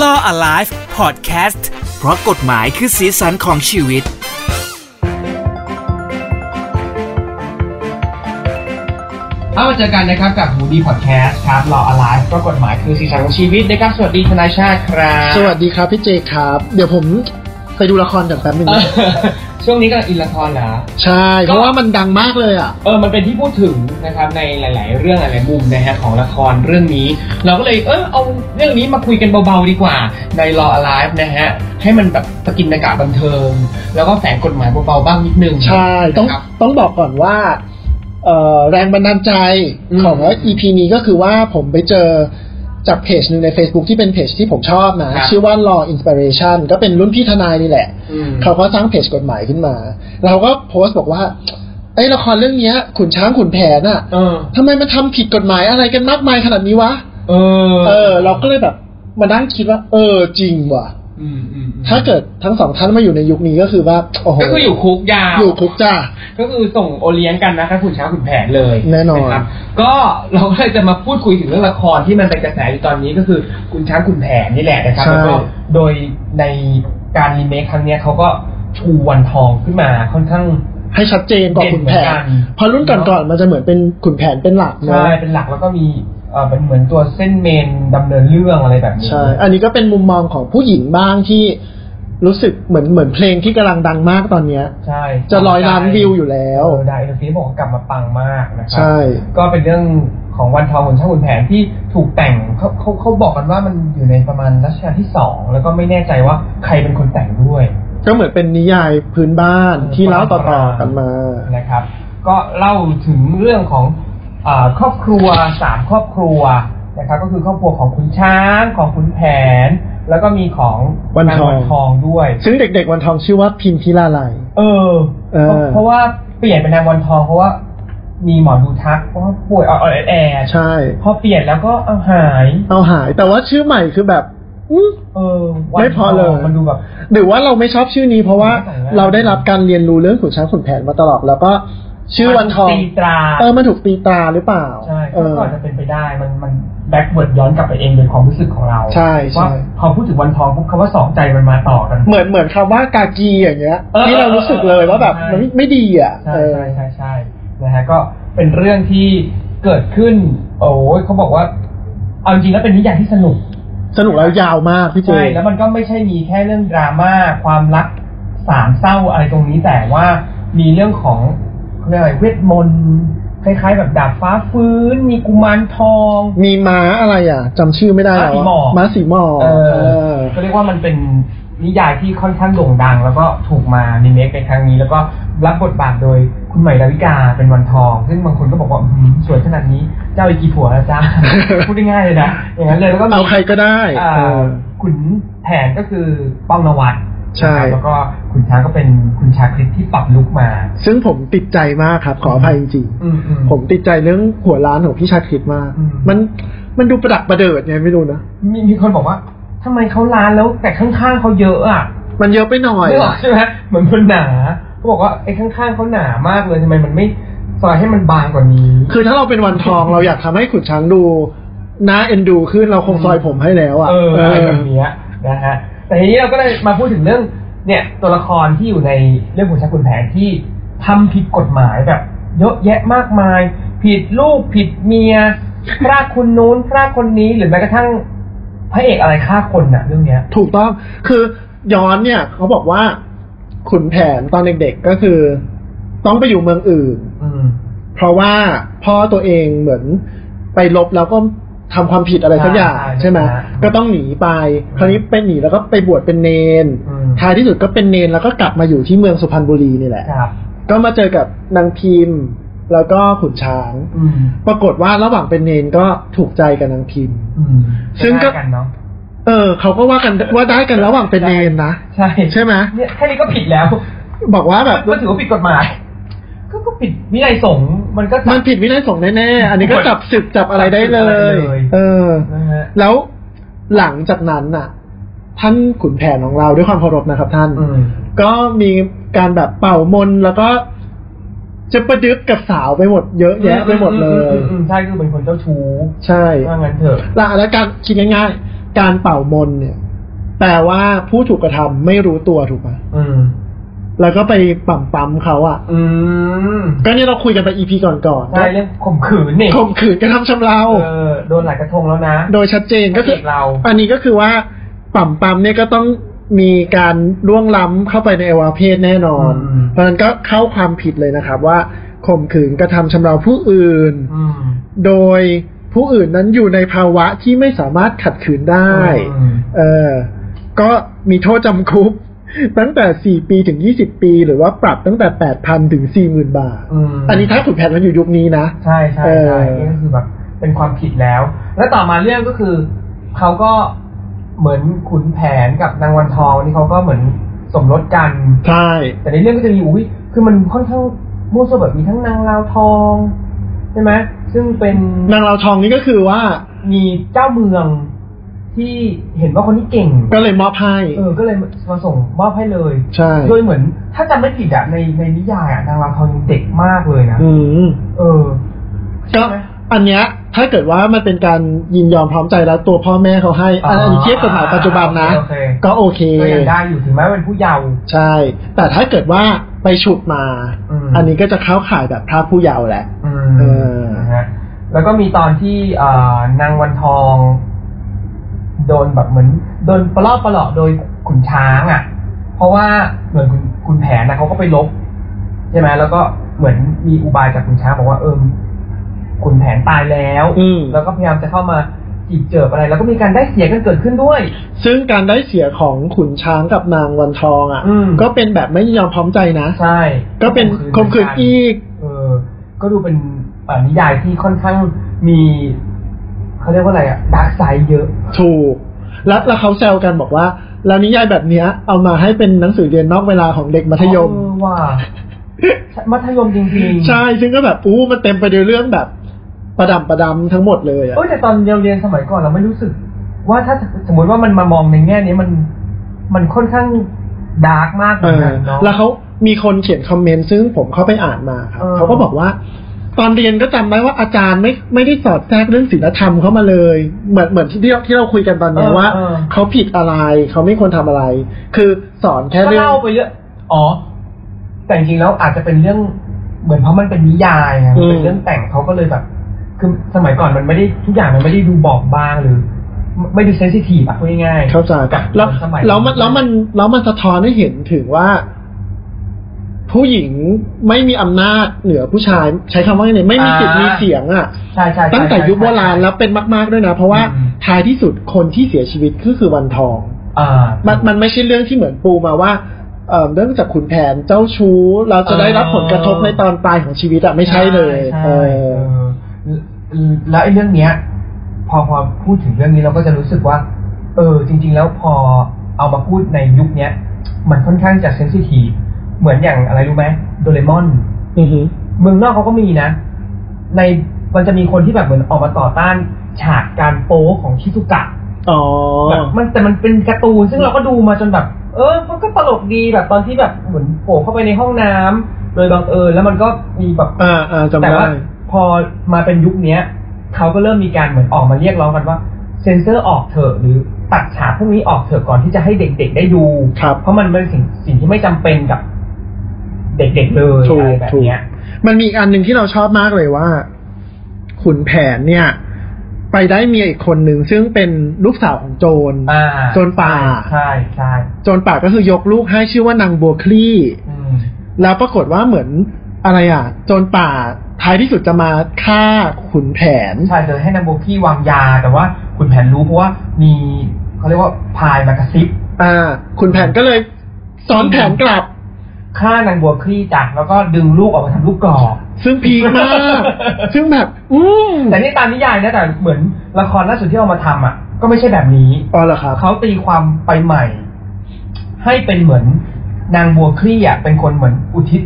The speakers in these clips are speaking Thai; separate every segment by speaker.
Speaker 1: Law Alive Podcast เพราะกฎหมายคือสีสันของชีวิต
Speaker 2: เอามาเจอกันนะครับกับหูดีพอดแคสต์ครับเราอลายก็กฎหมายคือสีสันของชีวิตนะครับสวัสดีทนายชาติครับ
Speaker 3: สวัสดีครับพี่เจครับ เดี๋ยวผมไปดูละครกันแป๊บนึง
Speaker 2: เออ
Speaker 3: นะ
Speaker 2: ช่วงนี้กำลังอินละครนะ
Speaker 3: ใช่
Speaker 2: ก็
Speaker 3: เพราะว่ามันดังมากเลยอ่ะ
Speaker 2: เออมันเป็นที่พูดถึงนะครับในหลาย ๆ เรื่องหลายๆมุมนะฮะของละครเรื่องนี้ เราก็เลยเออเอาเรื่องนี้มาคุยกันเบา ๆ ดีกว่า ใน Law Alive นะฮะให้มันแบบตะกินตะกะบันเทิง แล้วก็แฝงกฎหมายเบา ๆ บ้างนิดนึง
Speaker 3: ใช่ ต้อง
Speaker 2: นะครับ
Speaker 3: ต้องบอกก่อนว่าเอ่อแรงบันดาลใจ
Speaker 2: อืม
Speaker 3: ของ EP นี้ก็คือว่าผมไปเจอจากเพจหนึ่งใน Facebook ที่เป็นเพจที่ผมชอบนะ ชื่อว่า Law Inspiration ก็เป็นรุ่นพี่ทนายนี่แหละ
Speaker 2: อืม
Speaker 3: เขาก็สร้างเพจกฎหมายขึ้นมา เราก็โพสต์บอกว่าไอ้ยละครเรื่องเนี้ย ขุนช้างขุนแผนอ่ะ
Speaker 2: เออ
Speaker 3: ทำไมมันทำผิดกฎหมายอะไรกันมากมายขนาดนี้วะ
Speaker 2: เออ
Speaker 3: เออเราก็เลยแบบมานั่งคิดว่า เออจริงว่ะ
Speaker 2: อืมอืมอืม
Speaker 3: ถ้าเกิดทั้งสองท่านมาอยู่ในยุคนี้ก็คือว่าโอ้โห
Speaker 2: ก็คืออยู่คุกยาว
Speaker 3: อยู่คุกจ้า
Speaker 2: ก็คือส่งโอเลี้ยงกันนะคะคุณช้างคุณแผนเลย
Speaker 3: แน่นอน
Speaker 2: นะครับก็เราก็เลยจะมาพูดคุยถึงเรื่องละครที่มันเป็นกระแสอยู่ตอนนี้ก็คือคุณช้างคุณแผนนี่แหละนะครับแล้วก็โดยในการรีเมคครั้งเนี้ยเขาก็ชูวันทองขึ้นมาค่อนข้าง
Speaker 3: ให้ชัดเจนกว่า
Speaker 2: เด่น
Speaker 3: ขุนแผ
Speaker 2: เหมือนกัน น
Speaker 3: เพราะรุ่นก่อนๆมันจะเหมือนเป็นขุนแผนเป็นหลักเนอะ
Speaker 2: ใช่เป็นหลักแล้วก็มีเอ่อเป็นเหมือนตัวเส้นเมนดำเนินเรื่องอะไรแบบนี้
Speaker 3: ใช่ อันนี้ก็เป็นมุมมองของผู้หญิงบ้างที่รู้สึกเหมือนเหมือนเพลงที่กำลังดังมากตอนเนี้ย
Speaker 2: ใช่
Speaker 3: จะร้อยล้านวิวอยู่แล้
Speaker 2: แล้ว วได้เอฟซีบอกว่ากลับมาปังมากนะครั
Speaker 3: ใช่
Speaker 2: ก็เป็นเรื่องของวันทองขุนช่างขุนแผนที่ถูกแต่งเขาเขาเขาบอกกันว่ามันอยู่ในประมาณรัชกาลที่สองแล้วก็ไม่แน่ใจว่าใครเป็นคนแต่งด้วย
Speaker 3: ก็เหมือนเป็นนิยายพื้นบ้านที่เล่าต่อๆกันมา
Speaker 2: นะครับ ก็เล่าถึงเรื่องของอาครอบครัวสามครอบครัวนะครับ ก็คือครอบครัวของขุนช้างของขุนแผน แล้วก็มีของ
Speaker 3: วันทอง
Speaker 2: นางทองด้วย
Speaker 3: ซึ่งเด็กๆวันทองชื่อว่าพิมพิลาไล
Speaker 2: เออ
Speaker 3: เออ
Speaker 2: เพราะเพราะว่าเปลี่ยนเป็นนางวันทองเพราะว่ามีหมอดูทักว่าป่วยอ่อนๆแอ
Speaker 3: ใช่
Speaker 2: ๆพอเปลี่ยนแล้วก็เอาหาย
Speaker 3: เอาหายแต่ว่าชื่อใหม่คือแบบอื้อ
Speaker 2: เออวัน
Speaker 3: ไม่พอเลย
Speaker 2: มันดูแบบ
Speaker 3: หรือว่าเราไม่ชอบชื่อนี้เพราะว่า
Speaker 2: ไม่ใส่แล้ว
Speaker 3: เราได้รับการเรียนรู้เรื่องขุนช้างขุนแผนมาตลอดแล้วก็ชื่อวันทอง
Speaker 2: ตีตรา
Speaker 3: เออมันถูกตีตราหรือเปล่า
Speaker 2: ใช่
Speaker 3: เออ
Speaker 2: ก็อาจจะเป็นไปได้มันมันแบ็กเวิร์ดย้อนกลับไปเองโดยความรู้สึกของเรา
Speaker 3: ใช่ใช่
Speaker 2: ว่าพอพูดถึงวันทองปุ๊บคำว่าสองใจมันมาต่อกัน
Speaker 3: เหมือนเหมือนคำว่ากากีอย่างเงี้ย
Speaker 2: เออ
Speaker 3: ที่เรารู้สึกเลยว่าแบบ
Speaker 2: ใช่
Speaker 3: มันไม่ไม่ดีอ่ะ
Speaker 2: ใช่
Speaker 3: เออ
Speaker 2: ใช่ใช่ใช่นะฮะก็เป็นเรื่องที่เกิดขึ้น โอ้ยเขาบอกว่าเอาจริงแล้วเป็นนิยายที่สนุก
Speaker 3: สนุกแล้วยาวมากพี่เจ
Speaker 2: ใช่ แล้วมันก็ไม่ใช่มีแค่เรื่องดราม่าความรักสามเศร้าอะไรตรงนี้แต่ว่ามีเรื่องของเขาเรียกอะไรเวทมนต์คล้ายๆ แบบดาบฟ้าฟื้น มีกุมารทอง
Speaker 3: มีม้าอะไรอ่ะจำชื่อไม่ได้แล้ว
Speaker 2: ม้าสีหมอก
Speaker 3: ม้าสีหมอก
Speaker 2: เอ
Speaker 3: เอ
Speaker 2: อ
Speaker 3: อ
Speaker 2: ก็เรียกว่ามันเป็นนิยายที่ค่อนข้างโด่งดัง แล้วก็ถูกมารีเมคในครั้งนี้ แล้วก็รับบทบาทโดยคุณใหม่ดาวิกาเป็นวันทอง ซึ่งบางคนก็บอกว่าอื้อหือสวยขนาดนี้เจ้าอีกกี่ผัวแล้ว จ้า พูดง่ายๆเลยนะอย่างนั้นเลยแล้วก็มี
Speaker 3: เอาใครก็ได้
Speaker 2: อ่า
Speaker 3: เออ
Speaker 2: ขุนแผนก็คือป้องนวัด
Speaker 3: ใช่
Speaker 2: นะครับแล้วก็ขุนช้างก็เป็นขุนชาคริตที่ปรับลุกมา
Speaker 3: ซึ่งผมติดใจมากครับขออภัยจริง
Speaker 2: อืมอื
Speaker 3: ๆผมติดใจเรื่องหัวร้านของพี่ชาคริตมาก
Speaker 2: อืม
Speaker 3: มันมันดูประดักประเดิดไงไม่รู้นะ
Speaker 2: มีมีคนบอกว่าทำไมเขาล้านแล้วแต่ข้างๆเขาเยอะอ่ะ
Speaker 3: มันเยอะไปหน่อย
Speaker 2: ไม่หรอกใช่ไหมเหมือนมันหนาเขาบอกว่าไอ้ข้างๆเขาหนามากเลยทำไมมันไม่ซอยให้มันบางกว่านี้
Speaker 3: คือถ้าเราเป็นวันทอง เราอยากทำให้ขุนช้างดูน่าเอ็นดูขึ้นเราคงซอยผมให้แล้วอ่ะ
Speaker 2: เออ
Speaker 3: เอ
Speaker 2: อะไร
Speaker 3: อ
Speaker 2: แบบเนี้ยนะฮะแต่ทีนี้เราก็ได้มาพูดถึงเรื่องเนี่ยตัวละครที่อยู่ในเรื่องขุนช้างขุนแผนที่ทำผิดกฎหมายแบบ เยอะแยะมากมาย ผิดลูกผิดเมียพรากคนนู้นพรากคนนี้หรือแม้กระทั่งพระเอกอะไรฆ่าคนน่ะเรื่องเนี้ย
Speaker 3: ถูกต้อง คือย้อนเนี่ย เขาบอกว่า ขุนแผนตอนเด็กๆก็คือ ต้องไปอยู่เมืองอื่น
Speaker 2: อืม
Speaker 3: เพราะว่าพ่อตัวเองเหมือนไปลบแล้วก็ทำความผิดอะไรสักอย่าง
Speaker 2: ใช่
Speaker 3: ใช่ไหม
Speaker 2: ใช่
Speaker 3: ก็ต้องหนีไป คราวนี้เป็นหนีแล้วก็ไปบวชเป็นเนน
Speaker 2: อืม
Speaker 3: ท้ายที่สุดก็เป็นเนนแล้วก็กลับมาอยู่ที่เมืองสุพรรณบุรีนี่แหละ
Speaker 2: ครับ
Speaker 3: ก็มาเจอกับนางพิมพ์ แล้วก็ขุนช้าง
Speaker 2: อืม
Speaker 3: ปรากฏว่าระหว่างเป็นเนนก็ถูกใจกับนางพิมพ์
Speaker 2: อืม
Speaker 3: ซึ่งก็
Speaker 2: ได้กันเนาะ
Speaker 3: เออ เขาก็ว่ากันว่าได้กันระหว่างเป็นเนนนะ
Speaker 2: ใช่
Speaker 3: ใช่ไหม
Speaker 2: เนี่ยแค่นี้ก็ผิดแล้ว
Speaker 3: บอกว่าแบบ
Speaker 2: ก็ถือว่าผิดกฎหมาย ก็ก็ผิดวินัยสงฆ์มันก็จับ
Speaker 3: มันผิดวินัยสงฆ์แน่ๆ อันนี้ก็จับศึกจับอะไรได้เล
Speaker 2: จับอะไร
Speaker 3: ย
Speaker 2: ได้เลย
Speaker 3: เออ
Speaker 2: นะฮะ
Speaker 3: แล้วหลังจากนั้นน่ะ ท่านขุนแผนของเราด้วยความเคารพนะครับท่าน
Speaker 2: อืม
Speaker 3: ก็มีการแบบเป่ามนต์แล้วก็จะประดึกกับสาวไปหมดเยอะแยะไปหมดเลย
Speaker 2: อืมอืมอืมอืมใช่คือเป็นคนเจ้าชู้
Speaker 3: ใช่
Speaker 2: ว่างั้นเถอะ
Speaker 3: หลักแล้วการคิดง่ายๆ การเป่ามนต์เนี่ย แปลว่าผู้ถูกกระทำไม่รู้ตัวถูกไหม
Speaker 2: อืม
Speaker 3: แล้วก็ไปปั่มปั๊มเขาอะ่ะ
Speaker 2: อืม
Speaker 3: ก็เนี่ยเราคุยกันไปอีพีก่อนๆ
Speaker 2: ใช่เรื่องข่มขืนนี่
Speaker 3: ข่มขืนกระทำชำเรา
Speaker 2: เออโดนหลายกระทงแล้วนะ
Speaker 3: โดยชัดเจนก็คือ
Speaker 2: พระเอกเรา
Speaker 3: อันนี้ก็คือว่าปั่มปั๊มเนี่ยก็ต้องมีการล่วงล้ำเข้าไปในอวัยวะเพศแน่นอน เพราะฉะนั้นก็เข้าความผิดเลยนะครับว่าข่มขืนกระทำชำเราผู้อื่น
Speaker 2: อืม
Speaker 3: โดยผู้อื่นนั้นอยู่ในภาวะที่ไม่สามารถขัดขืนได้
Speaker 2: อืม
Speaker 3: เออก็มีโทษจำคุก ตั้งแต่ 4 ปีถึง 20 ปี หรือว่าปรับตั้งแต่ 8,000 ถึง 40,000 บาท
Speaker 2: อืม
Speaker 3: อันนี้ถ้าขุนแผนมันอยู่ยุคนี้นะ
Speaker 2: ใช่ใช่
Speaker 3: เออ
Speaker 2: ใช่นี่ก็คือแบบเป็นความผิดแล้ว แล้วต่อมาเรื่องก็คือเขาก็เหมือนขุนแผนกับนางวันทองนี่เขาก็เหมือนสมรสกัน
Speaker 3: ใช่
Speaker 2: แต่ในเรื่องก็จะมีอุ้ยคือมันค่อนข้างมั่วซั่วแบบมีทั้งนางลาวทองใช่ไหมซึ่งเป็น
Speaker 3: นางเราวทองนี่ก็คือว่า
Speaker 2: มีเจ้าเมืองที่เห็นว่าคนนี้เก่ง
Speaker 3: ก็เลยมอบให้
Speaker 2: เออ ก็เลยมาส่งมอบให้เลย
Speaker 3: ใช่
Speaker 2: โดยเหมือน ถ้าจำไม่ผิดอะในในนิยายอะนางลาวทองยังเด็กมากเลยนะ
Speaker 3: อืม
Speaker 2: เออ
Speaker 3: ก็
Speaker 2: ใช่ไหม
Speaker 3: อันเนี้ยถ้าเกิดว่ามันเป็นการยินยอมพร้อมใจแล้วตัวพ่อแม่เขาให้อันอันนี้เทียบกฎหมายปัจจุบันนะ
Speaker 2: โอเค
Speaker 3: ก็โอเค
Speaker 2: ก็ยังได้อยู่ถึงแม้เป็นผู้เยาว์
Speaker 3: ใช่ แต่ถ้าเกิดว่าไปฉุดมา
Speaker 2: อืม
Speaker 3: อันนี้ก็จะเข้าข่ายแบบพระผู้เยาว์แหละ
Speaker 2: อืม
Speaker 3: เออ
Speaker 2: นะฮะแล้วก็มีตอนที่เอ่อนางวันทอง โดนแบบเหมือนโดนประลอบประหลอกโดยขุนช้างอ่ะ เพราะว่าเหมือนคุณคุณแผนนะเขาก็ไปลบใช่ไหมแล้วก็เหมือนมีอุบายจากขุนช้างบอกว่าเออขุนแผนตายแล้ว
Speaker 3: อืม
Speaker 2: แล้วก็พยายามจะเข้ามาจีบเจิบอะไร แล้วก็มีการได้เสียกันเกิดขึ้นด้วย
Speaker 3: ซึ่งการได้เสียของขุนช้างกับนางวันทองอ่ะ
Speaker 2: อืม
Speaker 3: ก็เป็นแบบไม่ยินยอมพร้อมใจนะ
Speaker 2: ใช่
Speaker 3: ก็เป็นข่มขืนอีก
Speaker 2: เออ ก็ดูเป็นเอ่อนิยายที่ค่อนข้างมีเขาเรียกว่าอะไรอะดาร์กไซด์เยอะ
Speaker 3: ถูก แล้วแล้วเขาแซวกันบอกว่า แล้วนิยายแบบเนี้ย เอามาให้เป็นหนังสือเรียนนอกเวลาของเด็กมัธยม
Speaker 2: เออว่า มัธยมจริงๆ
Speaker 3: ใช่ ซึ่งก็แบบอู้มันเต็มไปด้วยเรื่องแบบประดำประดำทั้งหมดเลยอะ
Speaker 2: เอ้ยแต่ตอนเราเรียนสมัยก่อนเราไม่รู้สึก ว่าถ้าสมมติว่ามันมามองในแง่นี้มันมันค่อนข้างดาร์กมากเห
Speaker 3: เอ
Speaker 2: มือน
Speaker 3: อ
Speaker 2: กันเนาะ
Speaker 3: แล้วเขามีคนเขียนคอมเมนต์ซึ่งผมเข้าไปอ่านมาครับ
Speaker 2: เออ
Speaker 3: เขาก็บอกว่า ตอนเรียนก็จำได้ว่าอาจารย์ไม่ไม่ได้สอดแทรกเรื่องศีลธรรมเข้ามาเลย เหมือนเหมือนที่ที่เราที่เราคุยกันตอนเนี้ยว่า
Speaker 2: เออ
Speaker 3: เขาผิดอะไรเขาไม่ควรทำอะไร คือสอน
Speaker 2: เอ
Speaker 3: แค่
Speaker 2: อก็
Speaker 3: เรื่อง
Speaker 2: เล่าไปเยอะอ๋อ แต่จริงๆแล้วอาจจะเป็นเรื่องเหมือนเพราะมันเป็นนิยายไงมันเป็
Speaker 3: อื
Speaker 2: น
Speaker 3: ม
Speaker 2: เรื่องแต่งเขาก็เลยแบบ คือสมัยก่อนมันไม่ได้ทุกอย่างมันไม่ได้ดูบอบบางหรือ ไม่ไม่ดูเซนซิทีฟอะพูดง่ายๆ
Speaker 3: เข้าใจ
Speaker 2: กับ
Speaker 3: แล้ว
Speaker 2: สมัย
Speaker 3: แล้วมันแล้วมันแล้วมันสะท้อนให้เห็นถึงว่า ผู้หญิงไม่มีอำนาจเหนือผู้ชาย ใช้คำว่าไงเนี่ยไม่มีสิทธิ์มีเสียงอ่ะ
Speaker 2: ใช่ใช่ใช่
Speaker 3: ตั้งแต่ยุคโบราณ
Speaker 2: ใช่
Speaker 3: แล้วเป็นมาก ๆ ด้วยนะ เพราะว่า
Speaker 2: อืม
Speaker 3: ท้ายที่สุดคนที่เสียชีวิตก็คือวันทอง
Speaker 2: อ่า
Speaker 3: มันมันไม่ใช่เรื่องที่เหมือนปูมาว่าเอ่อเรื่องจากขุนแผนเจ้าชู้เราจะได้รับผลกระทบในตอนปลายของชีวิตอะไม่ใช่เลย
Speaker 2: ใช่
Speaker 3: เอ
Speaker 2: ใช่
Speaker 3: อ
Speaker 2: เออแล้วไอ้เรื่องเนี้ย พอพอพูดถึงเรื่องนี้เราก็จะรู้สึกว่า เออ จริง ๆ แล้วพอเอามาพูดในยุคเนี้ย มันค่อนข้างจะเซนซิทีฟเหมือนอย่างอะไรรู้ไหมโดเรมอน
Speaker 3: อือหือ
Speaker 2: เมืองนอกเขาก็มีนะ ในมันจะมีคนที่แบบเหมือนออกมาต่อต้านฉากการโป๊ของชิซุกะ
Speaker 3: อ๋อ
Speaker 2: แบบมันแต่มันเป็นการ์ตูนซึ่งเราก็ดูมาจนแบบ เออ มันก็ตลกดีแบบตอนที่แบบเหมือนโผล่เข้าไปในห้องน้ำโดยบังเอิญแล้วมันก็มีแบบ
Speaker 3: อ่าอ่าจำ
Speaker 2: แต่
Speaker 3: ได้
Speaker 2: ว่าพอมาเป็นยุคเนี้ยเขาก็เริ่มมีการเหมือนออกมาเรียกร้องกันว่าเซ็นเซอร์ออกเถอะหรือตัดฉากพวกนี้ออกเถอะก่อนที่จะให้เด็กๆได้ดู
Speaker 3: ครับ
Speaker 2: เพราะมันเป็นสิ่งสิ่งที่ไม่จำเป็นกับ เด็กๆเลย
Speaker 3: ถูก
Speaker 2: อะไรแบบ
Speaker 3: ถูก
Speaker 2: เนี้ย
Speaker 3: มันมีอีกอันหนึ่งที่เราชอบมากเลยว่า ขุนแผนเนี่ย ไปได้เมียอีกคนหนึ่งซึ่งเป็นลูกสาวของโจร
Speaker 2: อ่า
Speaker 3: โจรป่า
Speaker 2: ใช่ใช่
Speaker 3: โจรป่าก็คือยกลูกให้ชื่อว่านางบัวคลี่
Speaker 2: อืม
Speaker 3: แล้วปรากฏว่าเหมือนอะไรอ่ะ โจรป่าท้ายที่สุดจะมาฆ่าขุนแผน
Speaker 2: ใช่เลยให้นางโบกี้วางยา แต่ว่าคุณแผนรู้เพราะว่ามีเขาเรียกว่าพายมากระซิบ
Speaker 3: อ่า ขุนแผนก็เลยซ้อนแผนกลับ
Speaker 2: ฆ่านางบัวคลี่จักแล้วก็ดึงลูกออกมาทำลูกกรอก
Speaker 3: ซึ่งพีคมาก ซึ่งแบบ อืม
Speaker 2: แต่นี่ตามนิยายนะแต่เหมือนละครล่าสุดที่เอามาทำอ่ะ ก็ไม่ใช่แบบนี้
Speaker 3: อ๋อเหรอครับ
Speaker 2: เขาตีความไปใหม่ ให้เป็นเหมือนนางบัวคลี่อ่ะเป็นคนเหมือนอุทิศ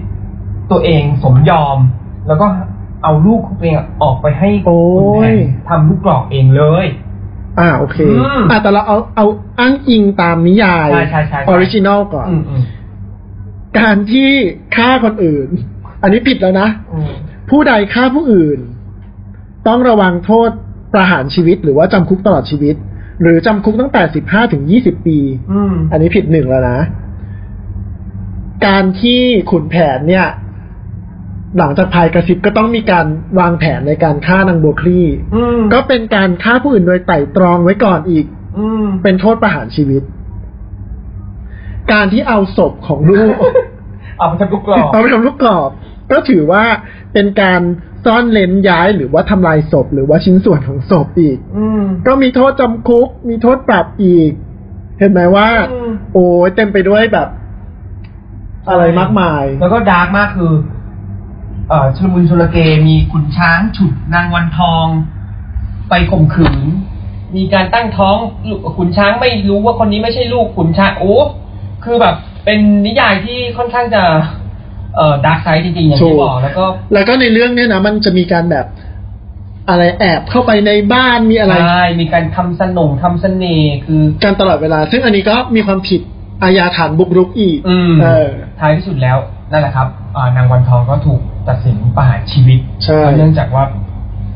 Speaker 2: ตัวเองสมยอม แล้วก็เอาลูกของตัวเองออกไปให้
Speaker 3: โอ้ย
Speaker 2: คุณแผนทำลูกกรอกเองเลย
Speaker 3: อ่าโอเค
Speaker 2: อืม
Speaker 3: อ่าแต่เราเอาเอาอ้างอิงตามนิยาย
Speaker 2: ใช่ใช่ใช่ใช่
Speaker 3: ออริจินอลก่อน
Speaker 2: อืมอืม
Speaker 3: การที่ฆ่าคนอื่น อันนี้ผิดแล้วนะ
Speaker 2: อืม
Speaker 3: ผู้ใดฆ่าผู้อื่น ต้องระวังโทษประหารชีวิตหรือว่าจำคุกตลอดชีวิต หรือจำคุกตั้งแต่สิบห้าถึงยี่สิบปี
Speaker 2: อืม
Speaker 3: อันนี้ผิดหนึ่งแล้วนะ การที่ขุนแผนเนี่ย หลังจากพายกระซิบก็ต้องมีการวางแผนในการฆ่านางบัวคลี่
Speaker 2: อืม
Speaker 3: ก็เป็นการฆ่าผู้อื่นโดยไตร่ตรองไว้ก่อนอีก
Speaker 2: อืม
Speaker 3: เป็นโทษประหารชีวิต การที่เอาศพของลู ก
Speaker 2: เอาไปทำลูกกรอก
Speaker 3: เอาไปทำลูกกรอบ ก็ถือว่าเป็นการซ่อนเลนย้ายหรือว่าทำลายศพ หรือว่าชิ้นส่วนของศพอีก
Speaker 2: อืม
Speaker 3: ก็มีโทษจำคุก มีโทษปรับอีก เห็นไหมว่า
Speaker 2: อืม
Speaker 3: โอ้ยเต็มไปด้วยแบบ อะไรมากมาย
Speaker 2: แล้วก็ดาร์กมากคือ เอ่อชลมุนชลเกมีขุนช้าง ฉุดนางวันทอง ไปข่มขืน มีการตั้งท้องลูกขุนช้างไม่รู้ว่าคนนี้ไม่ใช่ลูกขุนช้างโอ้คือแบบ เป็นนิยายที่ค่อนข้างจะ เอ่อดาร์กไซด์จริงๆ อย่าง
Speaker 3: ถู
Speaker 2: ที่
Speaker 3: ก
Speaker 2: บอกแล้วก็
Speaker 3: แล้วก็ในเรื่องเนี้ยนะมันจะมีการแบบ อะไรแอบเข้าไปในบ้านมีอะไร
Speaker 2: ใช่ มีการทำสนงทำเสน่ห์คือ
Speaker 3: กันตลอดเวลา ซึ่งอันนี้ก็มีความผิดอาญาฐานบุกรุกอีก
Speaker 2: อืม
Speaker 3: เออ
Speaker 2: ท้ายที่สุดแล้วนั่นแหละครับอ่านางวันทองก็ถูกตัดสินประหารชีวิต
Speaker 3: ใช่
Speaker 2: เนื่องจากว่า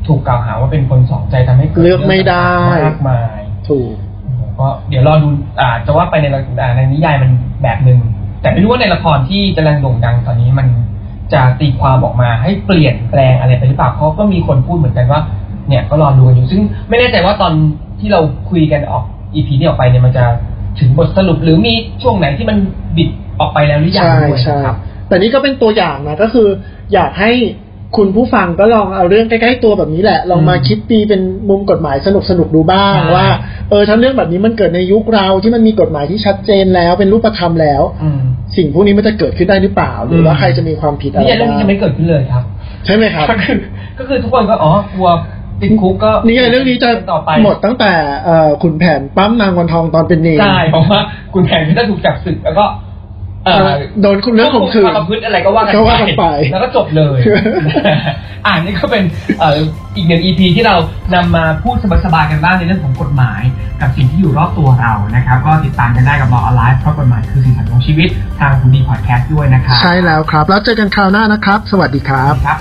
Speaker 2: ถูกกล่าวหาว่าเป็นคนสองใจทำให้เกิด
Speaker 3: เลือกไม่ได้
Speaker 2: มากมาย
Speaker 3: ถูก
Speaker 2: โอ้โหก็เดี๋ยวรอดูอ่าจะว่าไปในละอ่าในนิยายมันแบบหนึ่งแต่ไม่รู้ว่าในละครที่กำลังโด่งดังตอนนี้มันจะตีความออกมาให้เปลี่ยนแปลงอะไรไปหรือเปล่าเขาะก็มีคนพูดเหมือนกันว่า เนี่ยก็รอดูกันอยู่ซึ่งไม่แน่ใจว่าตอนที่เราคุยกันออกอีพีนี้ออกไปเนี่ยมันจะถึงบทสรุปหรือมีช่วงไหนที่มันบิดออกไปแล้วหรือยัง
Speaker 3: ใช่
Speaker 2: ด้วย
Speaker 3: ใช่
Speaker 2: นะครับ
Speaker 3: แต่นี่ก็เป็นตัวอย่างนะก็คือ อยากให้คุณผู้ฟังก็ลองเอาเรื่องใกล้ๆตัวแบบนี้แหละ ลองมา
Speaker 2: อืม
Speaker 3: คิดตีเป็นมุมกฎหมายสนุกๆดูบ้าง
Speaker 2: ใช่
Speaker 3: ว่าเออถ้าเรื่องแบบนี้มันเกิดในยุคเราที่มันมีกฎหมายที่ชัดเจนแล้วเป็นรูปธรรมแล้ว
Speaker 2: อืม
Speaker 3: สิ่งพวกนี้มันจะเกิดขึ้นได้หรือเปล่า หรือว่าใครจะมีความผิดอะไร
Speaker 2: นี่เรื่องนี้จะไม่
Speaker 3: บ้าง
Speaker 2: เกิดขึ้นเลยครับ
Speaker 3: ใช่ไหมครับ
Speaker 2: ก็คือก็คือทุกคนก็อ๋อกลัวติดคุกก็
Speaker 3: นี่ไงเรื่องนี้จะ
Speaker 2: ต่อไป
Speaker 3: หมดตั้งแต่เอ่อขุนแผนปั้มนางวันทองตอนเป็นเนร
Speaker 2: ใช่เพราะว่าคุณแผนที่จะถูกจับศึกแล้วก็เออ
Speaker 3: เอ่อโดนคุณเรื่องข่มขืน
Speaker 2: ความประพฤติอะไรก็ว่ากัน
Speaker 3: ก็ว่ากันไป
Speaker 2: แล้วก็จบเลย อ่านนี่ก็เป็นเอ่ออีกหนึ่งอีพีที่เรานำมาพูดสบายๆกันบ้างในเรื่องของกฎหมาย กับสิ่งที่อยู่รอบตัวเรานะครับ ก็ติดตามกันได้กับ Law Alive เพราะกฎหมายคือสีสันของชีวิตทางคุณดีพอดแคสต์ด้วยนะครับ
Speaker 3: ใช่แล้วครับ แล้วเจอกันคราวหน้านะครับ สวัสดีครับ
Speaker 2: ครับ